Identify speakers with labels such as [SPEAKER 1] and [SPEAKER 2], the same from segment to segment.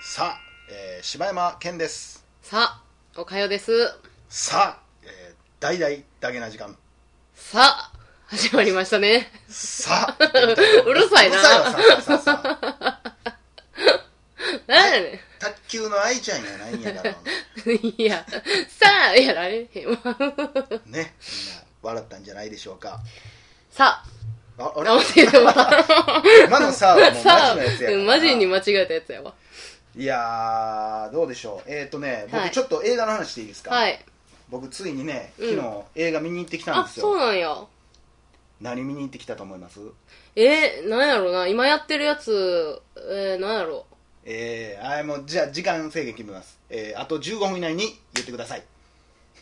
[SPEAKER 1] さあ、えー柴山健です
[SPEAKER 2] さあ、おかよです。
[SPEAKER 1] さあ、えー、大々だけな時間
[SPEAKER 2] さあ、始まりましたね。
[SPEAKER 1] さあ
[SPEAKER 2] うるさいな
[SPEAKER 1] うるさいわさあさあさあさあ
[SPEAKER 2] なんやね
[SPEAKER 1] 卓球の愛ちゃんやないんやからね
[SPEAKER 2] ん。いや、さあ、やられへんわ。
[SPEAKER 1] みんな笑ったんじゃないでしょうか
[SPEAKER 2] さ
[SPEAKER 1] ああ
[SPEAKER 2] あ、
[SPEAKER 1] れ
[SPEAKER 2] 直せてもら
[SPEAKER 1] 今のさあはもうマ
[SPEAKER 2] さあ、
[SPEAKER 1] ジのやつやから
[SPEAKER 2] うん
[SPEAKER 1] な
[SPEAKER 2] マジに間違えたやつやわ。
[SPEAKER 1] いやーどうでしょうえっ、ー、とね
[SPEAKER 2] は
[SPEAKER 1] 僕
[SPEAKER 2] い
[SPEAKER 1] ちょっと映画の話でいいですか、
[SPEAKER 2] はい。
[SPEAKER 1] 僕ついにね
[SPEAKER 2] うん
[SPEAKER 1] 昨日映画見に行ってきたん
[SPEAKER 2] あ、
[SPEAKER 1] ですよ、
[SPEAKER 2] そうなんや。
[SPEAKER 1] 何見に行ってきたと思います
[SPEAKER 2] えー、なんやろな。今やってるやつ、えー、なんやろ。
[SPEAKER 1] えー、あーもうじゃあ時間制限決めます、えー、あと15分以内に言ってください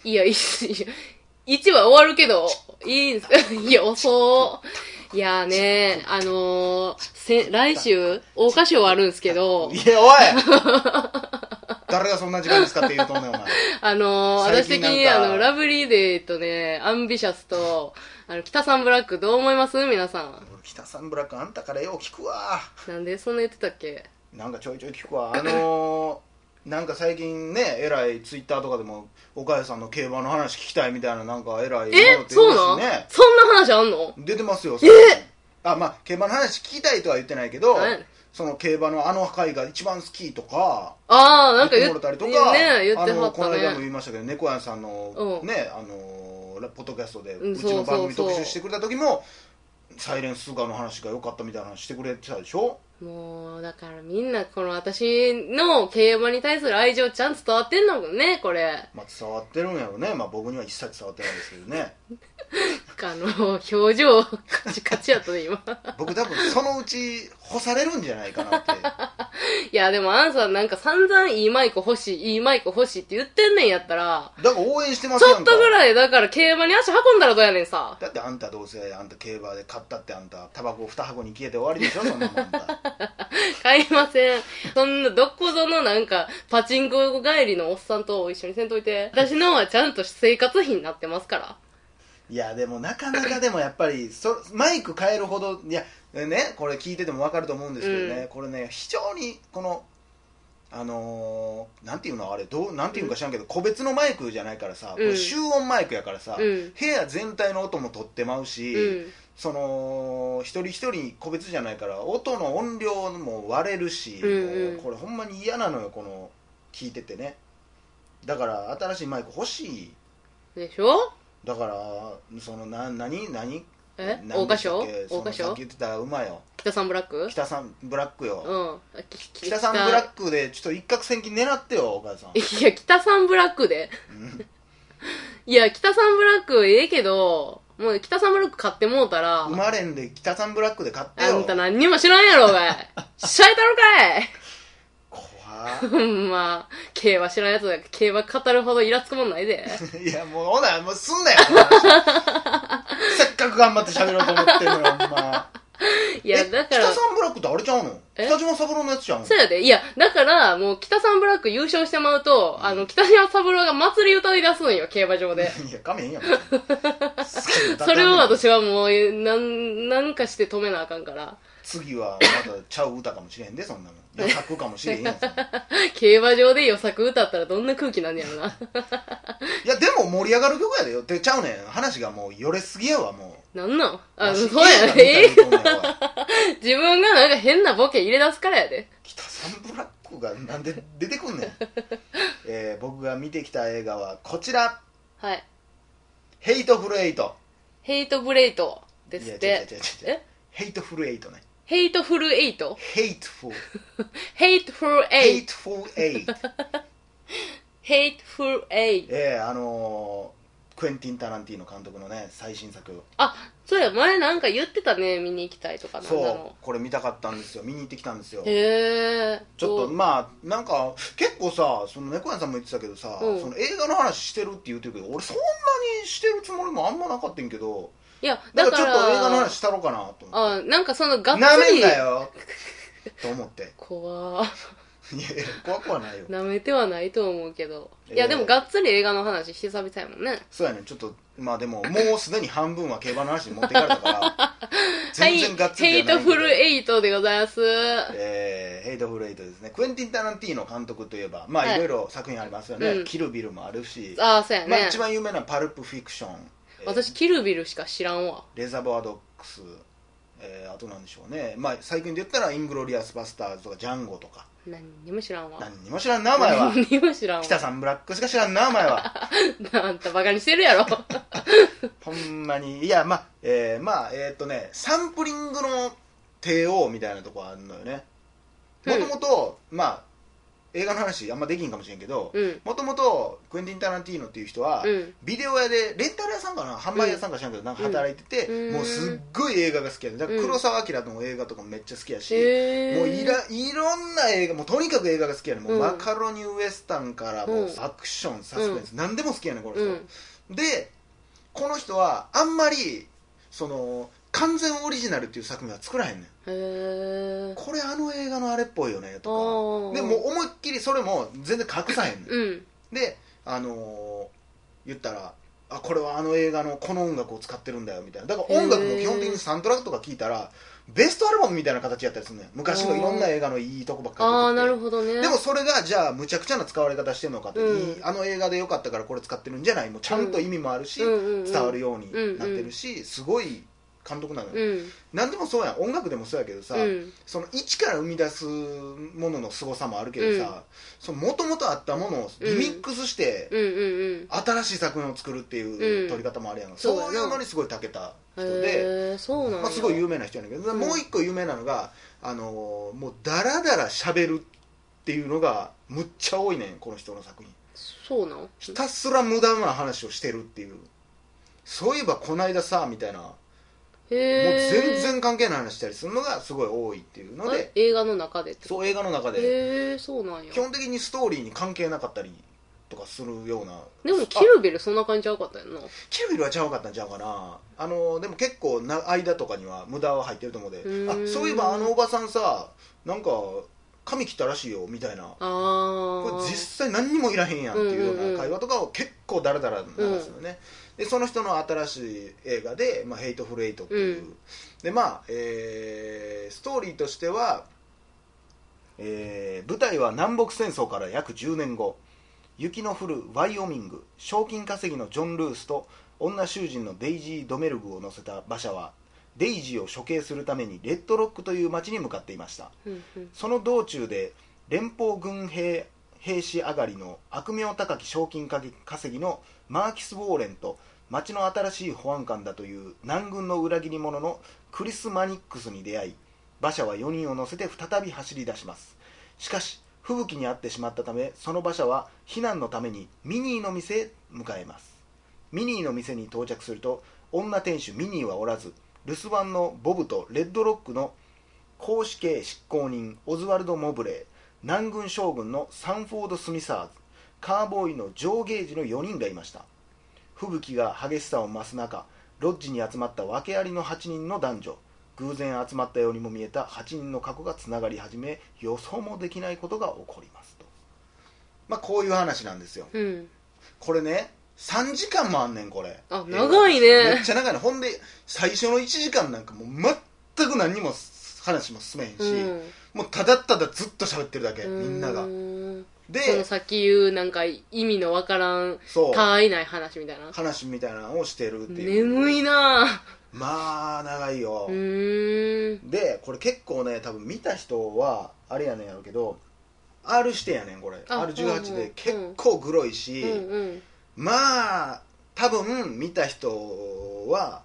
[SPEAKER 2] いや、いい っすいや一話終わるけど、いいんす いや、遅い。いやね、あのー、せ、来週、大歌賞あるんすけど
[SPEAKER 1] い、や おい誰がそんな時間使って言うとんねんお前
[SPEAKER 2] あのー、
[SPEAKER 1] 最
[SPEAKER 2] 私
[SPEAKER 1] 近
[SPEAKER 2] 的
[SPEAKER 1] なんか
[SPEAKER 2] に、あの、ラブリーデーとね、アンビシャスと、あの、北さんブラックどう思います皆さん。
[SPEAKER 1] 俺北さんブラックあんたからよう聞くわ
[SPEAKER 2] なんでそんな言ってたっけ
[SPEAKER 1] なんかちょいちょい聞くわあの ー、なんか最近ねえらいツイッターとかでも岡谷さんの競馬の話聞きたいみたいななんかえらい
[SPEAKER 2] え
[SPEAKER 1] もろて
[SPEAKER 2] そう
[SPEAKER 1] 言
[SPEAKER 2] なん
[SPEAKER 1] しね
[SPEAKER 2] そんな話あんの
[SPEAKER 1] 出てますよ
[SPEAKER 2] え
[SPEAKER 1] あまあ競馬の話聞きたいとは言ってないけど
[SPEAKER 2] はい
[SPEAKER 1] その競馬のあの回が一番好きとか
[SPEAKER 2] ああ、なんか
[SPEAKER 1] 言って
[SPEAKER 2] 言
[SPEAKER 1] も
[SPEAKER 2] っ
[SPEAKER 1] らったりと
[SPEAKER 2] て、
[SPEAKER 1] か、
[SPEAKER 2] ね、言って
[SPEAKER 1] あ
[SPEAKER 2] は
[SPEAKER 1] の
[SPEAKER 2] っ
[SPEAKER 1] この
[SPEAKER 2] た
[SPEAKER 1] 間も言
[SPEAKER 2] ね。
[SPEAKER 1] いましたけど猫屋さんの
[SPEAKER 2] うん
[SPEAKER 1] ねあのラポッドキャストで
[SPEAKER 2] うん
[SPEAKER 1] うちの番組
[SPEAKER 2] そうそうそう
[SPEAKER 1] 特集してくれた時も「サイレンスガの話が良かったみたいな話してくれてたでしょ
[SPEAKER 2] もう、だからみんな、この私の競馬に対する愛情ちゃんと伝わってんのもんね、これ。
[SPEAKER 1] まあ伝わってるんやろねまあ僕には一切伝わってないんですけど ね
[SPEAKER 2] あの、表情、カチカチやったね、今。
[SPEAKER 1] 僕多分そのうち干されるんじゃないかな って
[SPEAKER 2] いや、でも、アンさんなんか散々いいマイク欲しい、いいマイク欲しいって言ってんねんやったら、
[SPEAKER 1] だから応援してます
[SPEAKER 2] ち
[SPEAKER 1] や
[SPEAKER 2] ょ
[SPEAKER 1] ん
[SPEAKER 2] っ
[SPEAKER 1] か
[SPEAKER 2] とぐらい、だから、競馬に足運んだらどうやねんさ。
[SPEAKER 1] だってあんたどうせあんた競馬で買ったってあんたタバコ2箱に消えて終わりでしょそんなもんあんた
[SPEAKER 2] 買いません。そんな、どこぞのなんか、パチンコ帰りのおっさんと一緒にせんといて。私のはちゃんと生活費になってますから。
[SPEAKER 1] いやでもなかなかでもやっぱ りそマイク変えるほどいやねこれ聞いてても分かると思うんですけどね、
[SPEAKER 2] う
[SPEAKER 1] これね非常にこのあのーなんていうのあれどうなんていうんか知らんけど、個別のマイクじゃないからさ、これ集音マイクやからさ、
[SPEAKER 2] うん
[SPEAKER 1] 部屋全体の音も取ってまうし、
[SPEAKER 2] うん。
[SPEAKER 1] その一人一人個別じゃないから音の音量も割れるし、
[SPEAKER 2] うんうん
[SPEAKER 1] これほんまに嫌なのよこの聞いててねだから新しいマイク欲しい
[SPEAKER 2] でしょ
[SPEAKER 1] だからそのな何何
[SPEAKER 2] え
[SPEAKER 1] 何
[SPEAKER 2] 大
[SPEAKER 1] で
[SPEAKER 2] 歌
[SPEAKER 1] したっ
[SPEAKER 2] 賞
[SPEAKER 1] けその
[SPEAKER 2] 大歌
[SPEAKER 1] さっ
[SPEAKER 2] 賞
[SPEAKER 1] き言ってた馬よ
[SPEAKER 2] 北さんブラック
[SPEAKER 1] 北さんブラックよ、
[SPEAKER 2] うん。き
[SPEAKER 1] 北さんブラックでちょっと一攫千金狙ってよ岡田さん
[SPEAKER 2] いや、北 さんブラックで。
[SPEAKER 1] うん
[SPEAKER 2] いや、北さんブラックええけど、もう北さんブラック買ってもうたら、
[SPEAKER 1] 生まれんで北さんブラックで買って
[SPEAKER 2] あ
[SPEAKER 1] よ
[SPEAKER 2] んた何にも知らんやろ がい。しゃいたろかい。
[SPEAKER 1] 怖
[SPEAKER 2] ほん ま、競馬知らんやつだから競馬語るほどイラつくもんな いで。
[SPEAKER 1] っ いやもうほなもうすんなよこの 話せっかく頑張って喋ろうと思ってんのよほんま
[SPEAKER 2] いや、
[SPEAKER 1] え
[SPEAKER 2] だから
[SPEAKER 1] 北、さんブラックってあれちゃうの
[SPEAKER 2] え
[SPEAKER 1] 北島三郎のやつちゃうの
[SPEAKER 2] そうやで。いや、だから、もう北さんブラック優勝してまうと、あの、北島三郎が祭り歌い出すんよ、競馬 場で。
[SPEAKER 1] いやかめへんやん
[SPEAKER 2] それを私
[SPEAKER 1] は
[SPEAKER 2] はもう、なん、なんかして止めなあかんから。
[SPEAKER 1] 次はまたちゃう歌かもしれへんでそんなのいや書くかもしれへんやんそんなの
[SPEAKER 2] 競馬場で予作歌ったらどんな空気なんやろな。
[SPEAKER 1] いやでも盛り上がる曲やでよってちゃうねん話がもうよれすぎやわもう
[SPEAKER 2] なんなんあ
[SPEAKER 1] わ
[SPEAKER 2] の、
[SPEAKER 1] し
[SPEAKER 2] そうや
[SPEAKER 1] 映画見たい
[SPEAKER 2] で。
[SPEAKER 1] と思うやわ
[SPEAKER 2] 自分がなんか変なボケ入れ出すからやで。
[SPEAKER 1] 北さんブラックがなんで出てくんねん、 えー僕が見てきた映画はこちら
[SPEAKER 2] はい。
[SPEAKER 1] 「ヘイトフルエイト
[SPEAKER 2] ヘイトブレイト」ですっ
[SPEAKER 1] いや違う違
[SPEAKER 2] て。
[SPEAKER 1] う違う違う
[SPEAKER 2] え
[SPEAKER 1] ヘイトフルエイトね
[SPEAKER 2] ヘイトフルエイト
[SPEAKER 1] ヘイトフル
[SPEAKER 2] ヘイトフルエ
[SPEAKER 1] ヘ
[SPEAKER 2] イ
[SPEAKER 1] イ
[SPEAKER 2] ト
[SPEAKER 1] トフルエイト
[SPEAKER 2] ヘイトフルエイト
[SPEAKER 1] ええあのークエンティン・タランティーノ監督のね最新作
[SPEAKER 2] あ、そうや、前なんか言ってたね、見に行きたいとかなんだ
[SPEAKER 1] そ
[SPEAKER 2] ろ
[SPEAKER 1] うこれ見たかったんですよ見に行ってきたんですよ
[SPEAKER 2] う。へえ。
[SPEAKER 1] ちょっと
[SPEAKER 2] どう
[SPEAKER 1] まあなんか結構さその猫屋さんも言ってたけどさ、
[SPEAKER 2] うん
[SPEAKER 1] その映画の話してるって言ってるけど俺そんなにしてるつもりもあんまなかったんやけど
[SPEAKER 2] いや、
[SPEAKER 1] だ
[SPEAKER 2] だ
[SPEAKER 1] から
[SPEAKER 2] か
[SPEAKER 1] ちょっと映画の
[SPEAKER 2] ら
[SPEAKER 1] 話、したろうかなと思っ
[SPEAKER 2] あ、なんかその
[SPEAKER 1] て
[SPEAKER 2] がっ
[SPEAKER 1] な
[SPEAKER 2] つ
[SPEAKER 1] めん
[SPEAKER 2] り。
[SPEAKER 1] なよと思って
[SPEAKER 2] 怖ー
[SPEAKER 1] いやいや怖くはないよ
[SPEAKER 2] なめてはないと思うけど。い
[SPEAKER 1] え
[SPEAKER 2] や、
[SPEAKER 1] え
[SPEAKER 2] でもがっつり映画の話久々やもんね。
[SPEAKER 1] そうやねちょっとまあでももうすでに半分は競馬の話に持ってかれたから 全然がっつ
[SPEAKER 2] はい、ヘ
[SPEAKER 1] りじ
[SPEAKER 2] イ
[SPEAKER 1] ゃ
[SPEAKER 2] ト
[SPEAKER 1] ないけ
[SPEAKER 2] フ
[SPEAKER 1] ど
[SPEAKER 2] ルエイトでございます。
[SPEAKER 1] えーヘイトフルエイトですねクエンティン・タランティーノ監督といえばま
[SPEAKER 2] は
[SPEAKER 1] あ
[SPEAKER 2] い
[SPEAKER 1] いろいろ作品ありますよね、
[SPEAKER 2] うん
[SPEAKER 1] キルビルもあるし、
[SPEAKER 2] ああ、そうやね。
[SPEAKER 1] まあ、一番有名なパルプ・フィクション、えー
[SPEAKER 2] 私、キルビルしか知らんわ。
[SPEAKER 1] レザーバードックス、えーあとなんでしょうね、まあ、最近で言ったらイングロリアス・バスターズとかジャンゴとか
[SPEAKER 2] 何にも知らんわ。
[SPEAKER 1] 何にも知らん名前は
[SPEAKER 2] 何にも知らんわ。
[SPEAKER 1] 北さんブラックしか知らん名前は
[SPEAKER 2] あんたバカにしてる やろ。
[SPEAKER 1] ほんまにいやまあえーまあえーっとねサンプリングの帝王みたいなとこあるのよねもともとまあ映画の話あんまできんかもしれんけど
[SPEAKER 2] うん。
[SPEAKER 1] もともとクエンティン・タランティーノっていう人は、
[SPEAKER 2] うん。
[SPEAKER 1] ビデオ屋でレンタル屋さんかな販売屋さんか知らんけど、なんか働いてて、
[SPEAKER 2] うん
[SPEAKER 1] もうすっごい映画が好きやねだから
[SPEAKER 2] うん
[SPEAKER 1] 黒澤明の映画とかもめっちゃ好きやし、
[SPEAKER 2] へー
[SPEAKER 1] もういらいろんな映画もうとにかく映画が好きやねもう、
[SPEAKER 2] うん
[SPEAKER 1] マカロニウエスタンからもう、
[SPEAKER 2] うん
[SPEAKER 1] アクションサスペンス、何でも好きやねこの人、
[SPEAKER 2] うん。
[SPEAKER 1] でこの人はあんまりその完全オリジナルっていう作品は作らへんねん
[SPEAKER 2] へー
[SPEAKER 1] これあの映画のあれっぽいよね
[SPEAKER 2] あ
[SPEAKER 1] とか
[SPEAKER 2] ー
[SPEAKER 1] でもう思いっきりそれも全然隠さへんねん
[SPEAKER 2] うん。
[SPEAKER 1] であのー言ったらあこれはあの映画のこの音楽を使ってるんだよみたいなだから音楽も基本的にサントラとか聞いたらベストアルバムみたいな形やったりするねん昔のいろんな映画のいいとこばっかり
[SPEAKER 2] ああ、な
[SPEAKER 1] 出て
[SPEAKER 2] る
[SPEAKER 1] きて
[SPEAKER 2] ほどね。
[SPEAKER 1] でも、それがじゃあむちゃくちゃな使われ方してるのかって、
[SPEAKER 2] うん
[SPEAKER 1] いいあの映画でよかったからこれ使ってるんじゃないもうちゃんと意味もあるし、
[SPEAKER 2] うんうんうん、
[SPEAKER 1] 伝わるようになってるし、すごい監督なのよ、
[SPEAKER 2] うん。
[SPEAKER 1] 何でもそうやん音楽でもそうやけどさ、
[SPEAKER 2] うん。
[SPEAKER 1] その一から生み出すものの凄さもあるけどさもともとあったものをリミックスして、
[SPEAKER 2] うんうん
[SPEAKER 1] 新しい作品を作るっていう撮り方もあるやん、
[SPEAKER 2] そう
[SPEAKER 1] そうい
[SPEAKER 2] や
[SPEAKER 1] う
[SPEAKER 2] な
[SPEAKER 1] のにすごい長けた
[SPEAKER 2] うん。
[SPEAKER 1] 人で、
[SPEAKER 2] へえ、そうなんや
[SPEAKER 1] まあ、すごい有名な人やねんけど、
[SPEAKER 2] うん
[SPEAKER 1] もう一個有名なのがあのーもうダラダラ喋るっていうのがむっちゃ多いねんこの人の作品
[SPEAKER 2] そうなん
[SPEAKER 1] ひたすら無駄な話をしてるっていうそういえばこないださみたいなも
[SPEAKER 2] へ
[SPEAKER 1] う
[SPEAKER 2] え。
[SPEAKER 1] 全然関係ない話したりするのがすごい多いっていうの
[SPEAKER 2] え
[SPEAKER 1] で
[SPEAKER 2] 映画の中でってこ
[SPEAKER 1] そう映画の中
[SPEAKER 2] と
[SPEAKER 1] で
[SPEAKER 2] へえ、そうなんや
[SPEAKER 1] 基。本的にストーリーに関係なかったりとかするような
[SPEAKER 2] でも、キルビルそんな感じちゃうかったやんな。
[SPEAKER 1] キルビルはちゃうかったんちゃうかなあのでも結構な間とかには無駄は入ってると思うで
[SPEAKER 2] うーん
[SPEAKER 1] あそういえばあのおばさんさなんか髪切ったらしいよみたいな
[SPEAKER 2] あ
[SPEAKER 1] これ
[SPEAKER 2] あ。
[SPEAKER 1] 実際何にもいらへんやんっていうような会話とかを結構ダラダラ流すのね、でその人の新しい映画で「まあ、ヘイトフルエイト」っていう、
[SPEAKER 2] う
[SPEAKER 1] でまあ、えーストーリーとしては、えー舞台は南北戦争から約10年後雪の降るワイオミング賞金稼ぎのジョン・ルースと女囚人のデイジー・ドメルグを乗せた馬車はデイジーを処刑するためにレッドロックという町に向かっていました
[SPEAKER 2] うんうん
[SPEAKER 1] その道中で連邦軍兵兵士上がりの悪名高き賞金稼ぎのマーキス・ウォーレンと町の新しい保安官だという南軍の裏切り者のクリス・マニックスに出会い馬車は4人を乗せて再び走り出しますしかし吹雪に遭ってしまったためその馬車は避難のためにミニーの店へ向かいますミニーの店に到着すると女店主ミニーはおらず留守番のボブとレッドロックの公使系執行人オズワルド・モブレー南軍将軍のサンフォード・スミサーズカーボーイのジョー・ゲージの4人がいました吹雪が激しさを増す中ロッジに集まった訳ありの8人の男女偶然集まったようにも見えた8人の過去がつながり始め予想もできないことが起こりますとまあこういう話なんですよ
[SPEAKER 2] うん。
[SPEAKER 1] これね3時間もあんねんこれ
[SPEAKER 2] あ長いね
[SPEAKER 1] めっちゃ長いねほんで最初の1時間なんかもう全く何にも話も進めへんし、
[SPEAKER 2] うん
[SPEAKER 1] もうただただずっと喋ってるだけみんなが
[SPEAKER 2] うーんその
[SPEAKER 1] で
[SPEAKER 2] 先言うなんか意味のわからん
[SPEAKER 1] そう
[SPEAKER 2] 他愛ない話みたいな
[SPEAKER 1] 話みたいなのをしてるっていう
[SPEAKER 2] 眠いなぁ
[SPEAKER 1] まあ長いよ
[SPEAKER 2] う、ーん
[SPEAKER 1] でこれ結構ね多分見た人はあれやねんやろうけど R 指定やねんこれ
[SPEAKER 2] あ
[SPEAKER 1] R18
[SPEAKER 2] うんう
[SPEAKER 1] で
[SPEAKER 2] ん
[SPEAKER 1] 結構グロいし、
[SPEAKER 2] うんうん
[SPEAKER 1] まあ多分見た人は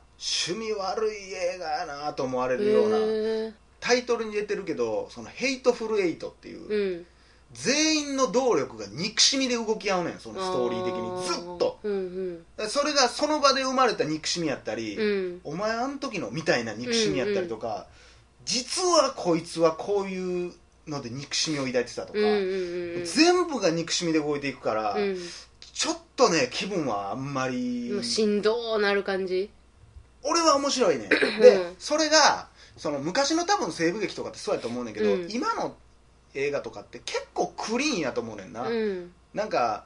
[SPEAKER 1] 趣味悪い映画やなと思われるような
[SPEAKER 2] へ
[SPEAKER 1] タイトルに出てるけどそのヘイトフルエイトっていう、
[SPEAKER 2] ーうん
[SPEAKER 1] 全員の動力が憎しみで動き合うねんそのストーリー的にずっと
[SPEAKER 2] うんうん
[SPEAKER 1] だからそれがその場で生まれた憎しみやったり、
[SPEAKER 2] うん
[SPEAKER 1] お前あん時のみたいな憎しみやったりとか、実はこいつはこういうので憎しみを抱いてたとか、
[SPEAKER 2] うんうんうん
[SPEAKER 1] 全部が憎しみで動いていくから、ちょっとね気分はあんまり
[SPEAKER 2] うんもうしんどーなる感じ
[SPEAKER 1] 俺は面 白いね
[SPEAKER 2] う
[SPEAKER 1] で
[SPEAKER 2] ん
[SPEAKER 1] それがその昔の多分西部劇とかってそうやと思うねんけど、
[SPEAKER 2] うん
[SPEAKER 1] 今のえ映画とかって結構クリーンやと思うねんな、
[SPEAKER 2] うん
[SPEAKER 1] なんか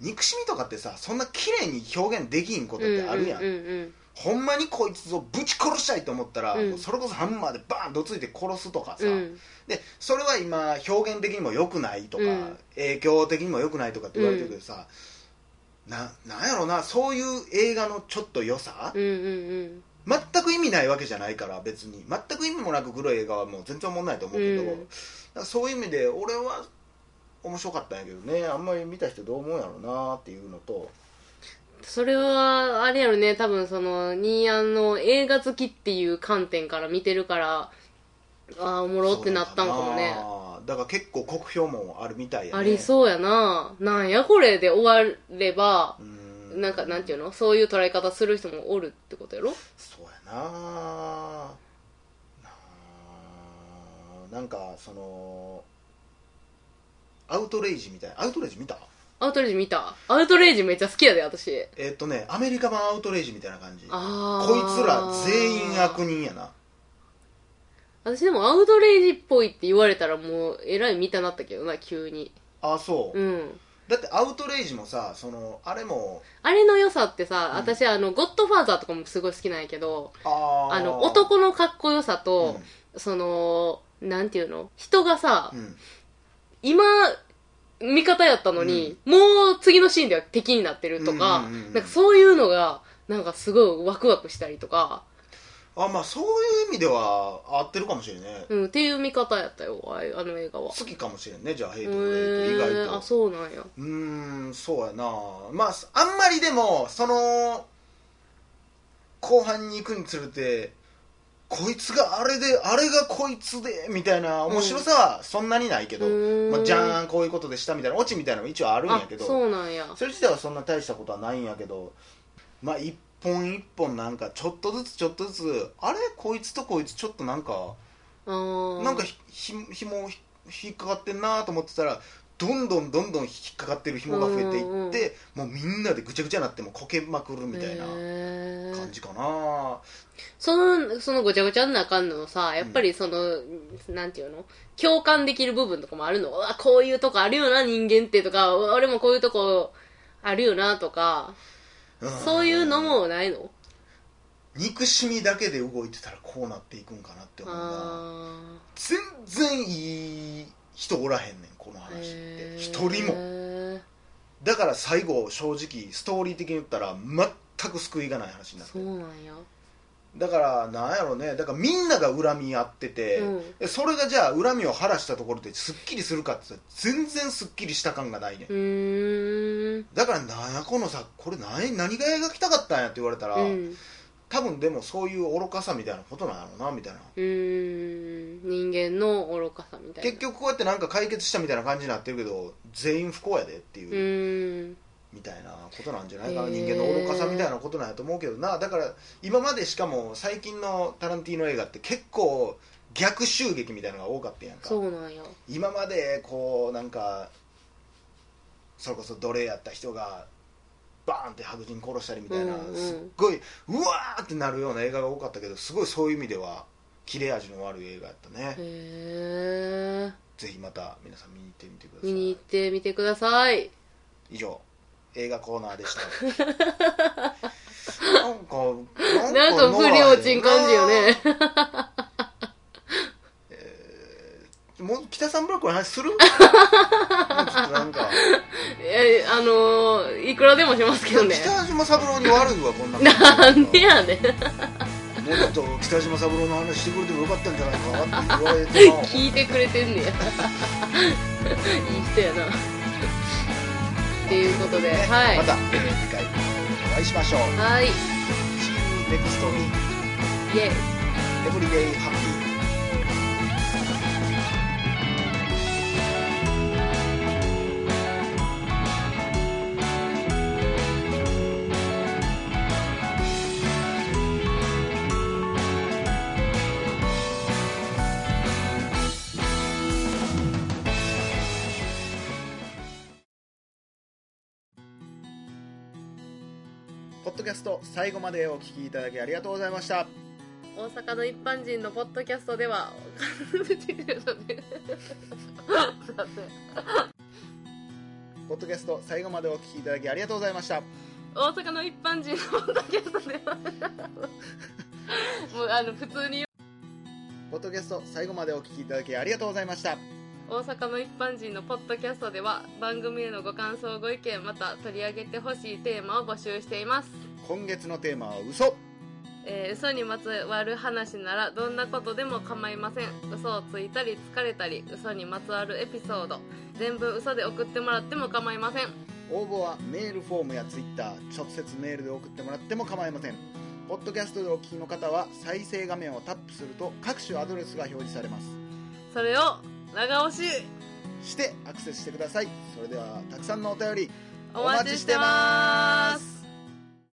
[SPEAKER 1] 憎しみとかってさそんな綺麗に表現できんことってあるやん,、
[SPEAKER 2] うんうん
[SPEAKER 1] ほんまにこいつをぶち殺したいと思ったら、
[SPEAKER 2] うん
[SPEAKER 1] もうそれこそハンマーでバーンとついて殺すとかさ、
[SPEAKER 2] うんうん
[SPEAKER 1] でそれは今表現的にも良くないとか、
[SPEAKER 2] うん
[SPEAKER 1] 影響的にも良くないとかって言われてるけどさ、ななんやろなそういう映画のちょっと良さ、
[SPEAKER 2] うんうん
[SPEAKER 1] 全く意味ないわけじゃないから別に全く意味もなく黒い映画はもう全然思んないと思うけど、
[SPEAKER 2] うん
[SPEAKER 1] だからそういう意味で俺は面白かったんやけどねあんまり見た人どう思うんやろうなっていうのと
[SPEAKER 2] それはあれやろね多分そのニーヤンの映画好きっていう観点から見てるからああおもろってなったんかもね
[SPEAKER 1] そうだなだから結構酷評もあるみたいやね
[SPEAKER 2] ありそうやななんやこれで終われば
[SPEAKER 1] うーん
[SPEAKER 2] なんかなんていうのそういう捉え方する人もおるってことやろ
[SPEAKER 1] そうやなあなあなんかそのアウトレイジみたいなアウトレイジ見た
[SPEAKER 2] アウトレイジ見たアウトレイジめっちゃ好きやで私
[SPEAKER 1] えっとねアメリカ版アウトレイジみたいな感じこ
[SPEAKER 2] ああ
[SPEAKER 1] いつら全員悪人やな
[SPEAKER 2] 私でもアウトレイジっぽいって言われたらもうえらい見たなったけどな急に
[SPEAKER 1] あそう、
[SPEAKER 2] うん
[SPEAKER 1] だってアウトレイジもさそのあれも
[SPEAKER 2] あれの良さってさ、
[SPEAKER 1] うん
[SPEAKER 2] 私あのゴッドファーザーとかもすごい好きなんやけど
[SPEAKER 1] あー
[SPEAKER 2] あの男のかっこよさ
[SPEAKER 1] うん
[SPEAKER 2] と、そのなんていうの人がさ、
[SPEAKER 1] うん
[SPEAKER 2] 今味方やったのに、もう次のシーンでは敵になってるとか、
[SPEAKER 1] うんうんうんうん
[SPEAKER 2] なんかそういうのがなんかすごいワクワクしたりとか、
[SPEAKER 1] あまあそういう意味では合ってるかもしれんね、
[SPEAKER 2] うん、っていう見方やったよああの映画は
[SPEAKER 1] 好きかもしれんねじゃあヘイ
[SPEAKER 2] へ
[SPEAKER 1] トブレイク意外
[SPEAKER 2] ー
[SPEAKER 1] と
[SPEAKER 2] あそうなんや
[SPEAKER 1] うーんそうやなまああんまりでもその後半に行くにつれてこいつがあれであれがこいつでみたいな面白さはそんなにないけど、
[SPEAKER 2] うーん
[SPEAKER 1] まあ、じゃーんこういうことでしたみたいなオチみたいなのも一応あるんやけど
[SPEAKER 2] あそうなんや
[SPEAKER 1] それ自体はそんな大したことはないんやけどまあ一本一本なんかちょっとずつちょっとずつあれこいつとこいつちょっとなんか
[SPEAKER 2] あー
[SPEAKER 1] なんかひひ紐ひ引っかかってんなと思ってたらどんどんどんどん引っかかってる紐が増えていって、
[SPEAKER 2] うんうん
[SPEAKER 1] もうみんなでぐちゃぐちゃになってもうこけまくるみたいな
[SPEAKER 2] へー
[SPEAKER 1] 感じかな、
[SPEAKER 2] その、そのごちゃごちゃの中のさ、やっぱりその、なんていうの共感できる部分とかもあるのうわ、こういうとこあるよな、人間ってとか、うわ俺もこういうとこあるよな、とか、
[SPEAKER 1] ん
[SPEAKER 2] そういうのもないの
[SPEAKER 1] 憎しみだけで動いてたらこうなっていくんかなって思うな
[SPEAKER 2] あ
[SPEAKER 1] 全然いい人おらへんねんこの
[SPEAKER 2] あ。
[SPEAKER 1] 話って
[SPEAKER 2] へー
[SPEAKER 1] 一人もだから最後正直ストーリー的に言ったら全く救いがない話になっ
[SPEAKER 2] そ
[SPEAKER 1] てる
[SPEAKER 2] うなんや。
[SPEAKER 1] だからなんやろねだからみんなが恨み合ってて、
[SPEAKER 2] うん
[SPEAKER 1] でそれがじゃあ恨みを晴らしたところですっきりするかって言ったら全然すっきりした感がないね、
[SPEAKER 2] うーん。
[SPEAKER 1] だからなんやこのさこれ何何が描きたかったんやって言われたら、
[SPEAKER 2] うん。
[SPEAKER 1] 多分でもそういう愚かさみたいなことなんやろうなみたいな
[SPEAKER 2] うーん。人間の愚かさみたいな。
[SPEAKER 1] 結。局こうやってなんか解決したみたいな感じになってるけど全員不幸やでっていう
[SPEAKER 2] う、ーん。
[SPEAKER 1] みたいなことなんじゃないかな
[SPEAKER 2] へー
[SPEAKER 1] 人間の愚かさみたいなことなんやと思うけどなだから今までしかも最近のタランティーノ映画って結構逆襲撃みたいなのが多かったやんか
[SPEAKER 2] そうなんや。
[SPEAKER 1] 今までこうなんかそれこそ奴隷やった人がバーンって白人殺したりみたいな、
[SPEAKER 2] うんうん
[SPEAKER 1] すっごいうわーってなるような映画が多かったけどすごいそういう意味では切れ味の悪い映画やったね、
[SPEAKER 2] へえ。
[SPEAKER 1] ぜひまた皆さん見に行ってみてくださ
[SPEAKER 2] 見に
[SPEAKER 1] い
[SPEAKER 2] 行ってみてください。
[SPEAKER 1] 以上映画コーナーでした なんか
[SPEAKER 2] なんか不良ちん感じよね。
[SPEAKER 1] もう北三ブロックの話す るもうちょっとなんか
[SPEAKER 2] え、あのー、いくらでもしますけどね。
[SPEAKER 1] 北島三郎に悪いわこんな感じ
[SPEAKER 2] なんでやねん。
[SPEAKER 1] もうちょっと北島三郎の話してくれてもよかったんじゃないかって言われてな
[SPEAKER 2] 聞いてくれてんねや。いい人やな。っていうことで、はい
[SPEAKER 1] ま。た、えー次回お会いしましょう
[SPEAKER 2] はい。イ
[SPEAKER 1] See you next week
[SPEAKER 2] ェイ。
[SPEAKER 1] everyday happyポッドキャスト最後までお聞きいただきありがとうございました。
[SPEAKER 2] 大阪の一般人のポッドキャストでは
[SPEAKER 1] ポッドキャスト最後までお聞きいただきありがとうございました
[SPEAKER 2] 大阪の一般人のポッドキャストではもうあの普通に
[SPEAKER 1] ポッドキャスト最後までお聞きいただきありがとうございました
[SPEAKER 2] 大阪の一般人のポッドキャストでは番組へのご感想ご意見また取り上げてほしいテーマを募集しています、
[SPEAKER 1] 今月のテーマは嘘
[SPEAKER 2] えー嘘にまつわる話ならどんなことでも構いません嘘をついたり疲れたり嘘にまつわるエピソード全部嘘で送ってもらっても構いません
[SPEAKER 1] 応募はメールフォームやツイッター直接メールで送ってもらっても構いませんポッドキャストでお聞きの方は再生画面をタップすると各種アドレスが表示されます
[SPEAKER 2] それを長押し
[SPEAKER 1] してアクセスしてくださいそれではたくさんのお便り
[SPEAKER 2] お待ちしてます